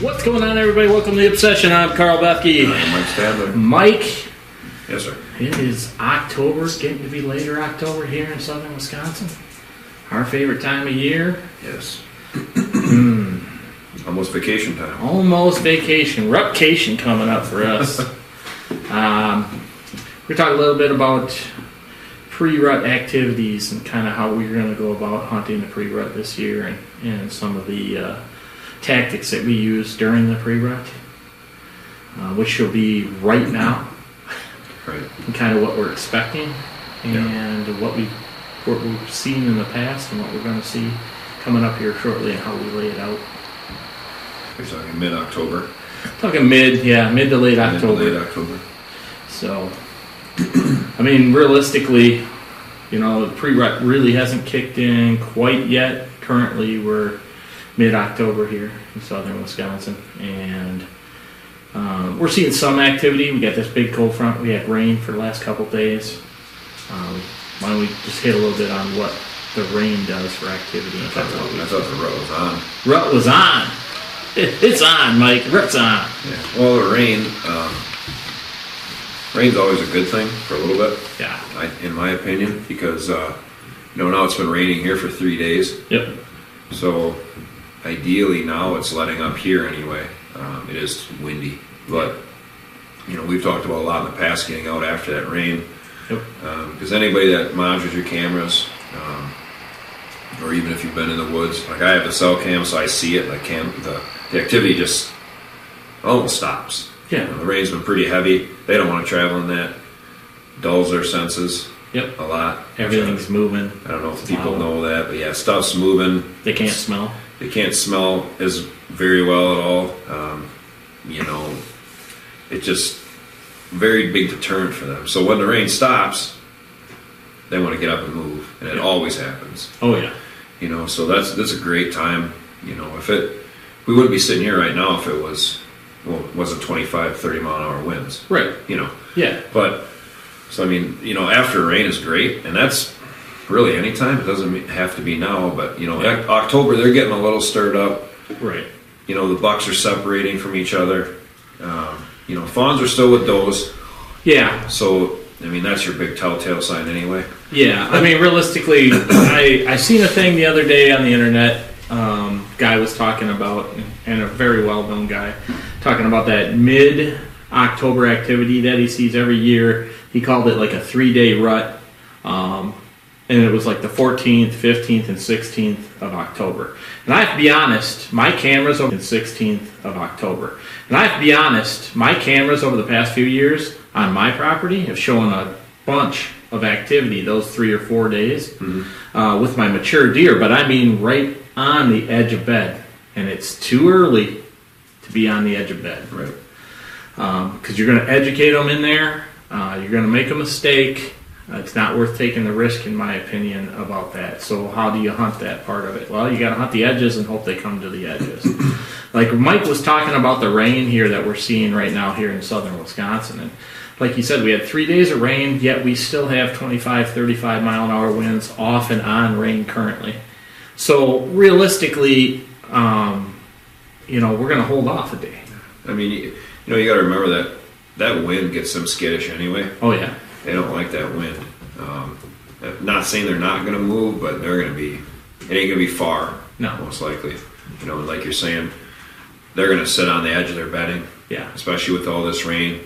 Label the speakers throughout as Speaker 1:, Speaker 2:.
Speaker 1: What's going on, everybody? Welcome to the Obsession. I'm Carl Bethke.
Speaker 2: Mike Stadler.
Speaker 1: Mike,
Speaker 2: Yes, sir.
Speaker 1: it is October, it's getting to be later October here in southern Wisconsin. Our favorite time of year.
Speaker 2: Yes. Almost vacation time.
Speaker 1: Almost vacation, rupcation coming up for us. um, we're talking a little bit about pre-rut activities and kind of how we're going to go about hunting the pre-rut this year and, and some of the uh, tactics that we use during the pre-rut, uh, which will be right now.
Speaker 2: Right.
Speaker 1: and kind of what we're expecting
Speaker 2: Yeah.
Speaker 1: and what we what we've seen in the past and what we're going to see coming up here shortly and how we lay it out.
Speaker 2: We're talking mid-October.
Speaker 1: Talking mid, yeah, mid to late
Speaker 2: mid to
Speaker 1: October.
Speaker 2: Late October.
Speaker 1: So, I mean, realistically, you know, the pre-rut really hasn't kicked in quite yet. Currently, we're mid-October here in southern Wisconsin, and um, we're seeing some activity. We got this big cold front. We had rain for the last couple days. Um, why don't we just hit a little bit on what the rain does for activity?
Speaker 2: I thought, the, I thought the rut was on.
Speaker 1: Rut was on. It- it's on, Mike. Rut's on.
Speaker 2: Yeah. Well, the rain. Um, rain's always a good thing for a little bit,
Speaker 1: Yeah.
Speaker 2: I, in my opinion, because uh, you know now it's been raining here for three days.
Speaker 1: Yep.
Speaker 2: So ideally now it's letting up here anyway. Um, it is windy, but you know we've talked about a lot in the past getting out after that rain.
Speaker 1: Yep.
Speaker 2: Because anybody that monitors your cameras, um, or even if you've been in the woods, like I have the cell cam, so I see it. Like cam, the, the activity just almost stops. You know,
Speaker 1: Yeah.
Speaker 2: the rain's been pretty heavy. They don't want to travel in that. Dulls their senses
Speaker 1: Yep.
Speaker 2: a lot.
Speaker 1: Everything's moving.
Speaker 2: I don't know if people
Speaker 1: Wow.
Speaker 2: know that, but yeah, stuff's moving.
Speaker 1: They can't smell.
Speaker 2: They can't smell as very well at all. Um, you know, it's just very big deterrent for them. So when the rain stops, they want to get up and move, and it always happens.
Speaker 1: Oh yeah.
Speaker 2: You know, so that's that's a great time. You know, if it we wouldn't be sitting here right now if it was well, it wasn't 25, 30 mile an hour winds.
Speaker 1: Right.
Speaker 2: You know,
Speaker 1: Yeah.
Speaker 2: but so I mean, you know, after rain is great, and that's really any time. It doesn't me- have to be now, but you know,
Speaker 1: Yeah.
Speaker 2: Oc- October they're getting a little stirred up.
Speaker 1: Right.
Speaker 2: You know, the bucks are separating from each other. Um, you know, fawns are still with does,
Speaker 1: Yeah.
Speaker 2: so I mean that's your big telltale sign anyway.
Speaker 1: Yeah. I mean, realistically, I I seen a thing the other day on the internet. Um, guy was talking about, and a very well known guy, talking about that mid October activity that he sees every year. He called it like a three day rut. Um, and it was like the 14th, 15th, and 16th of October. And I have to be honest, my cameras over the 16th of October. And I have to be honest, my cameras over the past few years on my property have shown a bunch of activity those three or four days uh, with my mature deer, but I mean right on the edge of bed. And it's too early to be on the edge of bed
Speaker 2: Right.
Speaker 1: because Um, you're going to educate them in there. Uh, you're going to make a mistake. Uh, it's not worth taking the risk, in my opinion, about that. So, how do you hunt that part of it? Well, you got to hunt the edges and hope they come to the edges. like Mike was talking about the rain here that we're seeing right now here in southern Wisconsin. And like he said, we had three days of rain, yet we still have 25, 35 mile an hour winds off and on rain currently. So, realistically, um, you know, we're going to hold off a day.
Speaker 2: I mean, you, you know, you got to remember that that wind gets them skittish anyway.
Speaker 1: Oh, yeah.
Speaker 2: They don't like that wind. Um, not saying they're not going to move, but they're going to be. It ain't going to be far.
Speaker 1: No.
Speaker 2: most likely. You know, like you're saying, they're going to sit on the edge of their bedding,
Speaker 1: Yeah.
Speaker 2: especially with all this rain.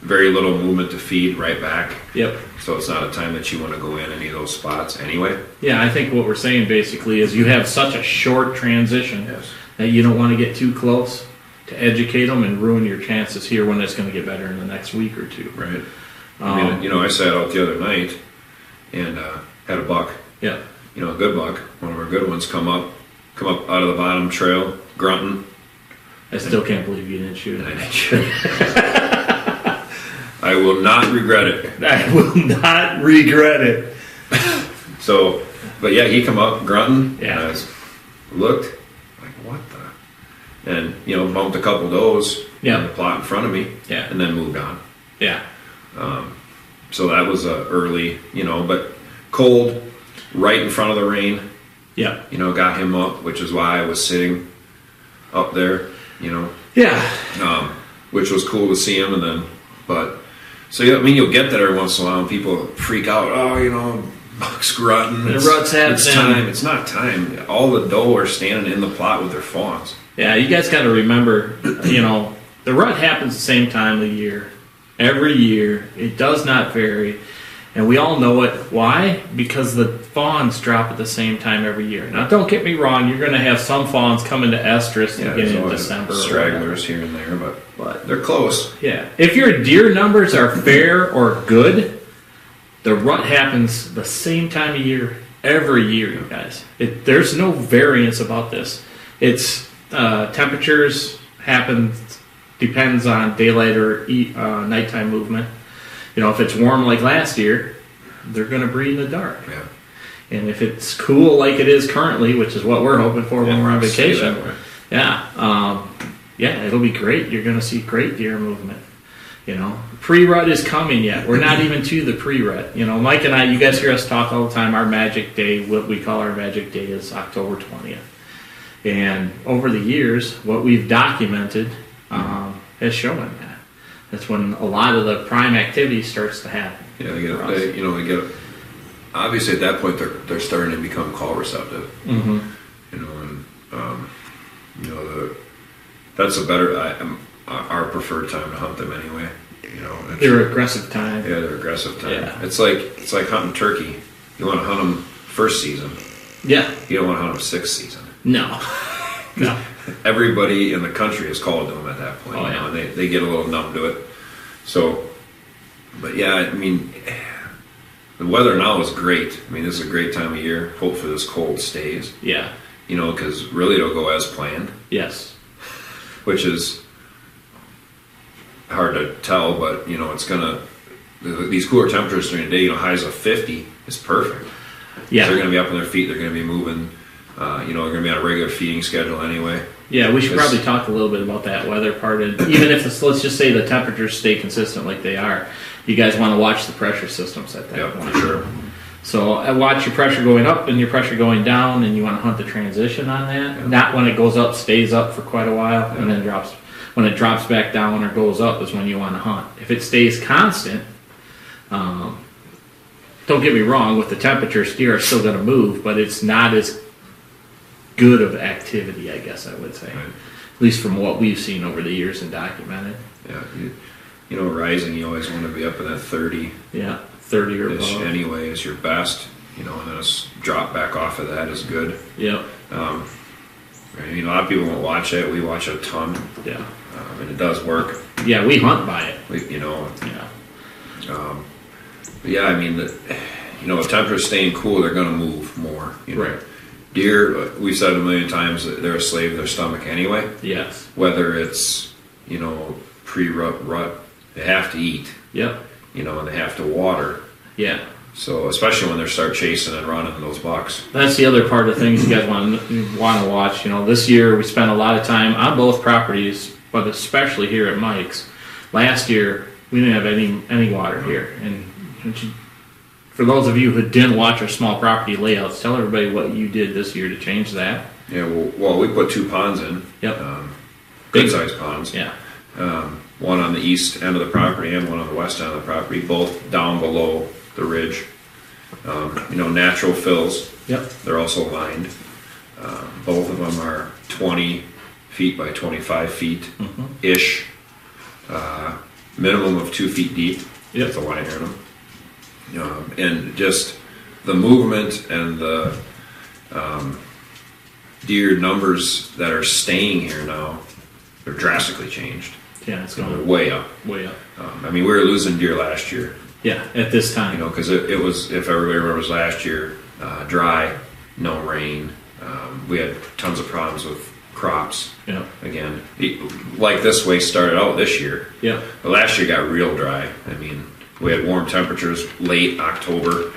Speaker 2: Very little movement to feed right back,
Speaker 1: Yep.
Speaker 2: so it's not a time that you want to go in any of those spots anyway.
Speaker 1: Yeah, I think what we're saying basically is you have such a short transition that you don't want to get too close to educate them and ruin your chances here when it's going to get better in the next week or two.
Speaker 2: right. I mean,
Speaker 1: Um,
Speaker 2: you know, I sat out the other night and uh, had a buck.
Speaker 1: Yeah.
Speaker 2: you know, a good buck, one of our good ones, come up, come up out of the bottom trail, grunting.
Speaker 1: I still can't believe you didn't shoot
Speaker 2: And I
Speaker 1: it.
Speaker 2: didn't shoot it. I will not regret it.
Speaker 1: I will not regret it.
Speaker 2: So, but yeah, he come up grunting.
Speaker 1: Yeah.
Speaker 2: And I was, looked like what the, and you know, bumped a couple does.
Speaker 1: Yeah.
Speaker 2: In the plot in front of me.
Speaker 1: Yeah.
Speaker 2: And then moved on.
Speaker 1: Yeah.
Speaker 2: So that was a early, you know, but cold, right in front of the rain.
Speaker 1: Yep.
Speaker 2: You know, got him up, which is why I was sitting up there. you know,
Speaker 1: Yeah.
Speaker 2: um, which was cool to see him. And then, but so yeah, I mean, you'll get that every once in a while. And people freak out. Oh, you know, bucks grunting.
Speaker 1: The
Speaker 2: It's,
Speaker 1: rut's
Speaker 2: it's
Speaker 1: happening."
Speaker 2: time. It's not time. All the doe are standing in the plot with their fawns.
Speaker 1: Yeah, you guys got to remember, you know, the rut happens the same time of year. Every year, it does not vary. And we all know it. Why? Because the fawns drop at the same time every year. Now, don't get me wrong, you're going to have some fawns come into estrus
Speaker 2: Yeah, there's
Speaker 1: beginning of
Speaker 2: always
Speaker 1: December. or
Speaker 2: stragglers here and there, but
Speaker 1: whatever.
Speaker 2: they're close.
Speaker 1: But, yeah. If your deer numbers are fair or good, the rut happens the same time of year every year, you guys. It, there's no variance about this. It's uh, temperatures happen depends on daylight or e- uh, nighttime movement. You know, if it's warm like last year, they're going to breed in the dark.
Speaker 2: Yeah.
Speaker 1: And if it's cool like it is currently, which is what we're hoping for when
Speaker 2: Yeah,
Speaker 1: we're on
Speaker 2: stay
Speaker 1: vacation,
Speaker 2: that way.
Speaker 1: yeah, um, yeah, it'll be great. You're going to see great deer movement. You know, pre rut is coming yet. We're not even to the pre rut. You know, Mike and I, you guys hear us talk all the time. Our magic day, what we call our magic day, is October 20th. And over the years, what we've documented um, has shown that. That's when a lot of the prime activity starts to happen.
Speaker 2: Yeah, they get,
Speaker 1: for us.
Speaker 2: they, you know, they get. Obviously, at that point, they're they're starting to become call receptive.
Speaker 1: Mhm.
Speaker 2: You know, and um, you know the that's a better I, um, our preferred time to hunt them anyway. You know, it's-
Speaker 1: They're aggressive time.
Speaker 2: yeah, they're aggressive time.
Speaker 1: Yeah.
Speaker 2: It's like it's like hunting turkey. You want to hunt them first season.
Speaker 1: Yeah.
Speaker 2: You don't want to hunt them sixth season.
Speaker 1: No. no.
Speaker 2: Everybody in the country is called to them at that point.
Speaker 1: Oh,
Speaker 2: you know,
Speaker 1: yeah.
Speaker 2: and they they get a little numb to it. So, but yeah, I mean, the weather now is great. I mean, this is a great time of year. Hopefully, this cold stays.
Speaker 1: Yeah.
Speaker 2: You know, because really it'll go as planned,
Speaker 1: Yes.
Speaker 2: which is hard to tell. But you know, it's gonna th- these cooler temperatures during the day. You know, highs of fifty is perfect. They're
Speaker 1: Yeah.
Speaker 2: gonna be up on their feet. They're gonna be moving. Uh, you know, they're gonna be on a regular feeding schedule anyway.
Speaker 1: Yeah. We should
Speaker 2: It's-
Speaker 1: probably talk a little bit about that weather part. And even if it's, let's just say the temperatures stay consistent like they are, you guys want to watch the pressure systems at that
Speaker 2: Yeah,
Speaker 1: point.
Speaker 2: for sure.
Speaker 1: So I watch your pressure going up and your pressure going down, and you want to hunt the transition on that.
Speaker 2: Yeah.
Speaker 1: Not when it goes up, stays up for quite a while, and then drops. When it drops back down or goes up is when you want to hunt. If it stays constant, um, don't get me wrong. With the temperatures, deer are still going to move, but it's not as good of activity, I guess I would say,
Speaker 2: Right.
Speaker 1: at least from what we've seen over the years and documented.
Speaker 2: Yeah, you, you know, rising. You always want to be up in that thirty
Speaker 1: Yeah, thirty or
Speaker 2: ish
Speaker 1: above.
Speaker 2: anyway is your best. You know, and then a s- drop back off of that is good.
Speaker 1: Yep.
Speaker 2: Um, I mean, a lot of people won't watch it. We watch a ton,
Speaker 1: Yeah.
Speaker 2: um, and it does work.
Speaker 1: Yeah, we hunt by it.
Speaker 2: We, you know,
Speaker 1: Yeah.
Speaker 2: um, but yeah. I mean, the, you know, if temperature's staying cool, they're going to move more. You know?
Speaker 1: Right.
Speaker 2: Deer, uh, we've said a million times that they're a slave of their stomach anyway.
Speaker 1: Yes.
Speaker 2: Whether it's you know pre-rut rut, they have to eat.
Speaker 1: Yep.
Speaker 2: You know, and they have to water.
Speaker 1: Yeah.
Speaker 2: So especially when they start chasing and running those bucks.
Speaker 1: That's the other part of things you guys want to want to watch. You know, this year we spent a lot of time on both properties, but especially here at Mike's. Last year we didn't have any any water here, and and you- for those of you who didn't watch our small property layouts, tell everybody what you did this year to change that.
Speaker 2: Yeah, well, well we put two ponds in.
Speaker 1: Yep.
Speaker 2: Um,
Speaker 1: Big-
Speaker 2: good sized ponds.
Speaker 1: Yeah,
Speaker 2: um, one on the east end of the property and one on the west end of the property, both down below the ridge. Um, you know, natural fills.
Speaker 1: Yep.
Speaker 2: They're also lined. Um, both of them are 20 feet by 25 feet ish. Uh, minimum of two feet deep.
Speaker 1: Yep.
Speaker 2: With a line in them. Um, and just the movement and the um, deer numbers that are staying here now, they're drastically changed.
Speaker 1: yeah, it's
Speaker 2: They're
Speaker 1: going
Speaker 2: way up.
Speaker 1: way up.
Speaker 2: Um, I mean, we were losing deer last year,
Speaker 1: Yeah, at this
Speaker 2: you
Speaker 1: time.
Speaker 2: know, because it, it was, if everybody remembers last year, uh, dry, no rain. Um, we had tons of problems with crops
Speaker 1: Yep.
Speaker 2: again. It- Like this way started out this year,
Speaker 1: Yep.
Speaker 2: but last year got real dry. I mean, we had warm temperatures late October.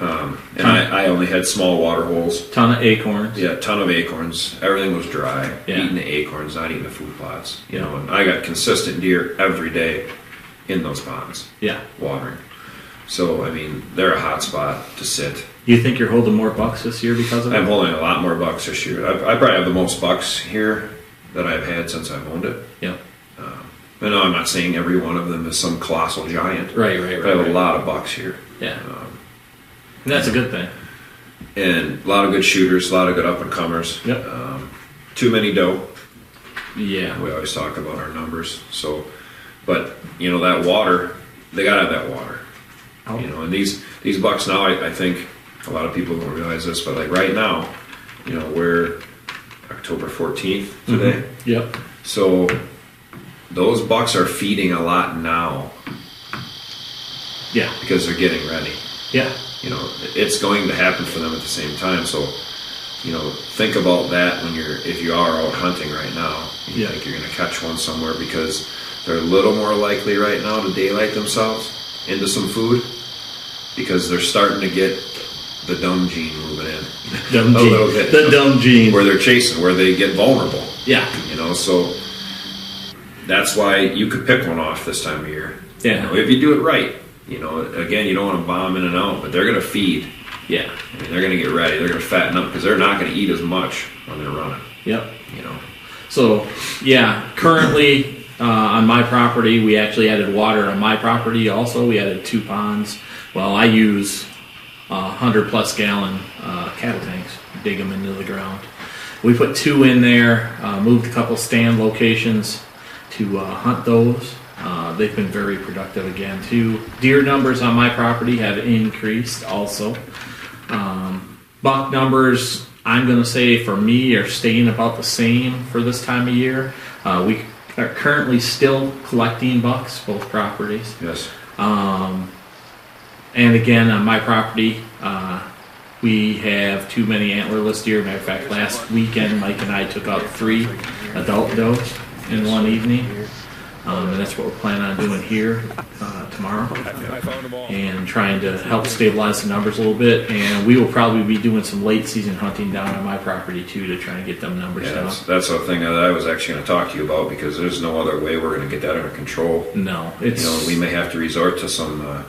Speaker 2: Um, and I, I only had small water holes.
Speaker 1: Ton of acorns.
Speaker 2: Yeah, a ton of acorns. Everything was dry.
Speaker 1: Yeah.
Speaker 2: Eating the acorns, not eating the food plots. You
Speaker 1: Yeah.
Speaker 2: know, and I got consistent deer every day in those ponds
Speaker 1: Yeah.
Speaker 2: watering. So I mean, they're a hot spot to sit.
Speaker 1: You think you're holding more bucks this year because of
Speaker 2: I'm
Speaker 1: it?
Speaker 2: holding a lot more bucks this year. I, I probably have the most bucks here that I've had since I've owned it.
Speaker 1: Yeah.
Speaker 2: And no, I'm not saying every one of them is some colossal giant.
Speaker 1: Right, right,
Speaker 2: But I have
Speaker 1: right,
Speaker 2: a lot of bucks here.
Speaker 1: Yeah.
Speaker 2: Um,
Speaker 1: And that's a good thing.
Speaker 2: and a lot of good shooters, a lot of good up and comers.
Speaker 1: Yep.
Speaker 2: Um, too many doe.
Speaker 1: Yeah.
Speaker 2: We always talk about our numbers. So, but you know that water, they gotta have that water. You know, and these these bucks now, I, I think a lot of people don't realize this, but like right now, you know, we're October 14th today.
Speaker 1: Yep.
Speaker 2: So those bucks are feeding a lot now
Speaker 1: Yeah.
Speaker 2: because they're getting ready.
Speaker 1: Yeah.
Speaker 2: You know, it's going to happen for them at the same time. So, you know, think about that when you're if you are out hunting right now. You
Speaker 1: Yeah.
Speaker 2: think you're going to catch one somewhere because they're a little more likely right now to daylight themselves into some food because they're starting to get the dumb gene moving in
Speaker 1: Dumb
Speaker 2: A
Speaker 1: gene.
Speaker 2: little bit.
Speaker 1: The dumb gene.
Speaker 2: where they're chasing, where they get vulnerable.
Speaker 1: yeah.
Speaker 2: you know so that's why you could pick one off this time of year
Speaker 1: Yeah.
Speaker 2: you know, if you do it right you know again you don't want to bomb in and out but they're going to feed
Speaker 1: Yeah.
Speaker 2: I mean, they're going to get ready they're going to fatten up because they're not going to eat as much when they're running
Speaker 1: Yep.
Speaker 2: you know
Speaker 1: So, yeah, currently uh, on my property, we actually added water on my property also. We added two ponds. Well, I use uh, 100 plus gallon uh, cattle tanks, dig them into the ground. We put two in there, uh, moved a couple stand locations to uh, hunt those. Uh, they've been very productive again, too. Deer numbers on my property have increased also. Buck numbers, I'm going to say for me, are staying about the same for this time of year. Uh, we are currently still collecting bucks, both properties.
Speaker 2: yes
Speaker 1: And again, on my property, uh, we have too many antlerless deer. Matter of fact, last weekend, Mike and I took out three adult does in one evening. Um, and that's what we're planning on doing here uh, tomorrow and trying to help stabilize the numbers a little bit. And we will probably be doing some late season hunting down on my property too to try and get them numbers
Speaker 2: yeah
Speaker 1: down.
Speaker 2: that's, that's the thing that i was actually going to talk to you about because there's no other way we're going to get that under control
Speaker 1: No, it's
Speaker 2: you know we may have to resort to some uh,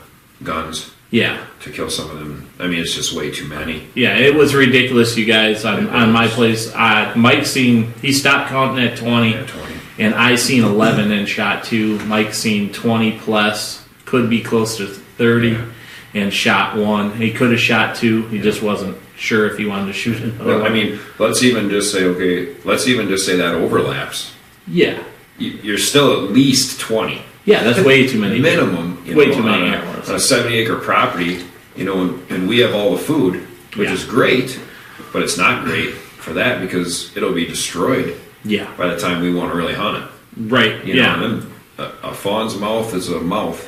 Speaker 2: guns
Speaker 1: yeah,
Speaker 2: to kill some of them i mean it's just way too many
Speaker 1: yeah. It was ridiculous, you guys. On, on my place, I, Mike seen he stopped counting at twenty.
Speaker 2: yeah 20
Speaker 1: and I seen 11 and shot two. Mike seen 20 plus, could be close to 30,
Speaker 2: Yeah.
Speaker 1: and shot one. He could have shot two. He just wasn't sure if he wanted to shoot another.
Speaker 2: Well, I
Speaker 1: one.
Speaker 2: mean, let's even just say, okay, let's even just say that overlaps.
Speaker 1: yeah,
Speaker 2: You- You're still at least 20.
Speaker 1: yeah, that's way too many.
Speaker 2: Minimum. you
Speaker 1: Way
Speaker 2: know,
Speaker 1: too many
Speaker 2: on a-
Speaker 1: animals.
Speaker 2: On a 70 acre property, you know, and, and we have all the food, which
Speaker 1: Yeah.
Speaker 2: is great, but it's not great for that because it'll be destroyed
Speaker 1: Yeah,
Speaker 2: by the time we want to really hunt it.
Speaker 1: right.
Speaker 2: You
Speaker 1: yeah.
Speaker 2: Know, and then a, a fawn's mouth is a mouth.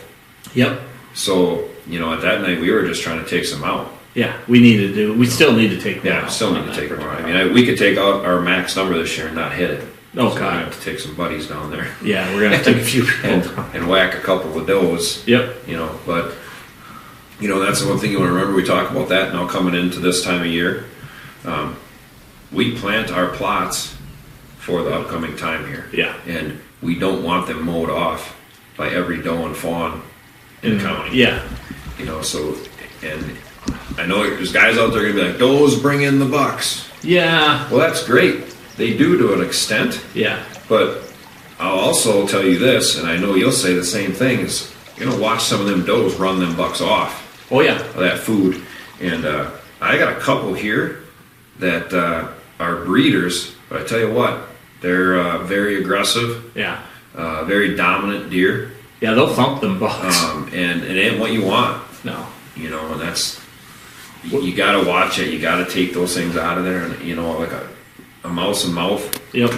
Speaker 1: Yep.
Speaker 2: So, you know, at that night, we were just trying to take some out.
Speaker 1: Yeah, we need to do. We still need to take.
Speaker 2: Yeah,
Speaker 1: more out
Speaker 2: still
Speaker 1: on
Speaker 2: need to
Speaker 1: that
Speaker 2: take more.
Speaker 1: particular-
Speaker 2: I mean, I, we could take out our max number this year and not hit it.
Speaker 1: Oh,
Speaker 2: so
Speaker 1: God. Oh,
Speaker 2: We have to take some buddies down there
Speaker 1: Yeah, we're gonna have to take a few people.
Speaker 2: and, and whack a couple of does.
Speaker 1: Yep.
Speaker 2: You know, but you know that's the one thing you want to remember. We talk about that now coming into this time of year. Um, we plant our plots for the upcoming time here.
Speaker 1: Yeah.
Speaker 2: and we don't want them mowed off by every doe and fawn in the county
Speaker 1: Mm. Yeah,
Speaker 2: you know. So, and I know there's guys out there gonna be like, "Those bring in the bucks."
Speaker 1: yeah,
Speaker 2: Well, that's great. They do to an extent,
Speaker 1: yeah.
Speaker 2: but I'll also tell you this, and I know you'll say the same thing: is you're gonna watch some of them does run them bucks off
Speaker 1: Oh yeah,
Speaker 2: of that food, and uh, I got a couple here that uh, are breeders, but I tell you what, they're uh, very aggressive,
Speaker 1: yeah,
Speaker 2: uh, very dominant deer,
Speaker 1: yeah. They'll thump them bucks.
Speaker 2: um, and it ain't what you want.
Speaker 1: no.
Speaker 2: you know, and that's you, you got to watch it. You got to take those things out of there, and you know, like a, a mouse and mouth.
Speaker 1: Yep.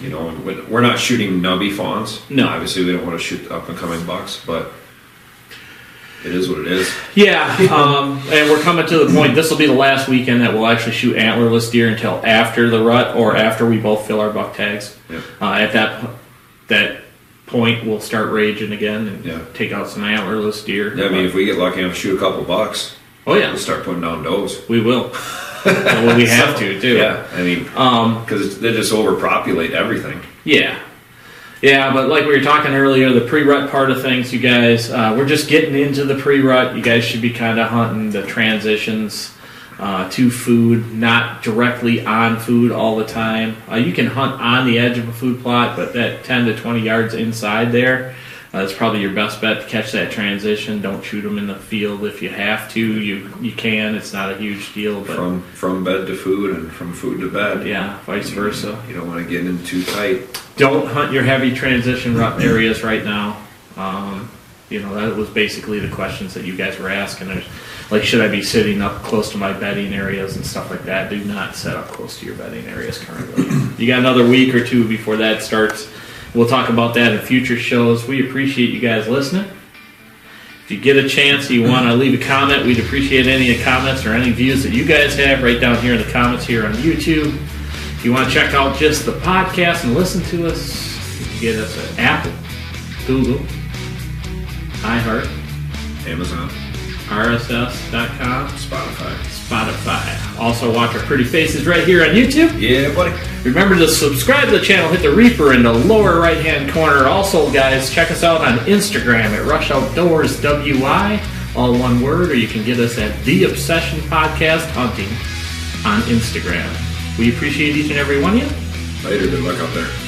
Speaker 2: You know, and we- we're not shooting nubby fawns.
Speaker 1: No.
Speaker 2: obviously we don't want to shoot up and coming bucks, but it is what it is.
Speaker 1: Yeah, um, and we're coming to the point. This will be the last weekend that we'll actually shoot antlerless deer until after the rut or after we both fill our buck tags.
Speaker 2: Yep.
Speaker 1: Uh, at that po- that point, we'll start raging again and
Speaker 2: Yeah.
Speaker 1: take out some antlerless deer.
Speaker 2: Yeah, I mean, if we get lucky enough to shoot a couple bucks,
Speaker 1: oh yeah,
Speaker 2: we'll start putting down does.
Speaker 1: we will. well, we have to too.
Speaker 2: Yeah, I mean,
Speaker 1: Um,
Speaker 2: because they just overpopulate everything.
Speaker 1: yeah. Yeah, but like we were talking earlier, the pre-rut part of things, you guys, uh, we're just getting into the pre-rut. You guys should be kind of hunting the transitions uh, to food, not directly on food all the time. Uh, you can hunt on the edge of a food plot, but that 10 to 20 yards inside there, uh, that's probably your best bet to catch that transition. Don't shoot them in the field if you have to. You you can. It's not a huge deal, but
Speaker 2: From from bed to food and from food to bed.
Speaker 1: yeah, vice versa.
Speaker 2: You don't want to get in too tight.
Speaker 1: Don't hunt your heavy transition rut areas right now. Um, you know that was basically the questions that you guys were asking. There's, like, should I be sitting up close to my bedding areas and stuff like that? Do not set up close to your bedding areas currently. you got another week or two before that starts. We'll talk about that in future shows. We appreciate you guys listening. If you get a chance, you want to leave a comment, we'd appreciate any comments or any views that you guys have right down here in the comments here on YouTube. If you want to check out just the podcast and listen to us, you can get us at Apple, Google, iHeart,
Speaker 2: Amazon,
Speaker 1: RSS.com,
Speaker 2: Spotify.
Speaker 1: Spotify. Also, watch our pretty faces right here on YouTube.
Speaker 2: Yeah, buddy.
Speaker 1: Remember to subscribe to the channel, hit the Reaper in the lower right hand corner. Also, guys, check us out on Instagram at Rush Outdoors WI, all one word, or you can get us at The Obsession Podcast Hunting on Instagram. We appreciate each and every one of you.
Speaker 2: Later. Good luck out there.